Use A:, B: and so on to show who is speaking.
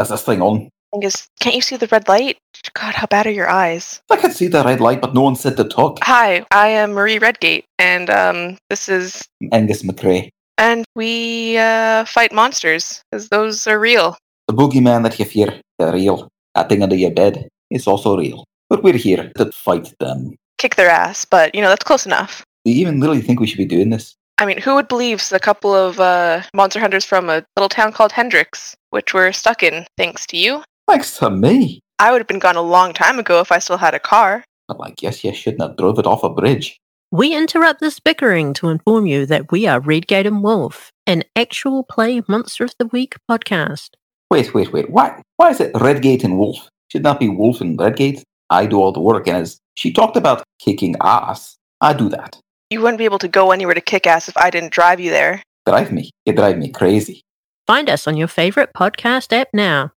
A: Is this thing on?
B: Thing is, can't you see the red light? God, how bad are your eyes?
A: I can see the red light, but no one said to talk.
B: Hi, I am Marie Redgate, and um, this is
A: Angus McRae,
B: and we uh, fight monsters because those are real.
A: the boogeyman that you fear, they're real. That thing under your bed is also real. But we're here to fight them.
B: Kick their ass, but you know that's close enough.
A: Do you even really think we should be doing this?
B: I mean, who would believe a couple of uh, monster hunters from a little town called Hendrix, which we're stuck in thanks to you?
A: Thanks to me.
B: I would have been gone a long time ago if I still had a car.
A: But I guess you shouldn't have drove it off a bridge.
C: We interrupt this bickering to inform you that we are Redgate and Wolf, an actual play Monster of the Week podcast.
A: Wait, wait, wait. Why why is it Redgate and Wolf? Should not be Wolf and Redgate. I do all the work and as she talked about kicking ass, I do that.
B: You wouldn't be able to go anywhere to kick ass if I didn't drive you there.
A: Drive me. You drive me crazy.
C: Find us on your favorite podcast app now.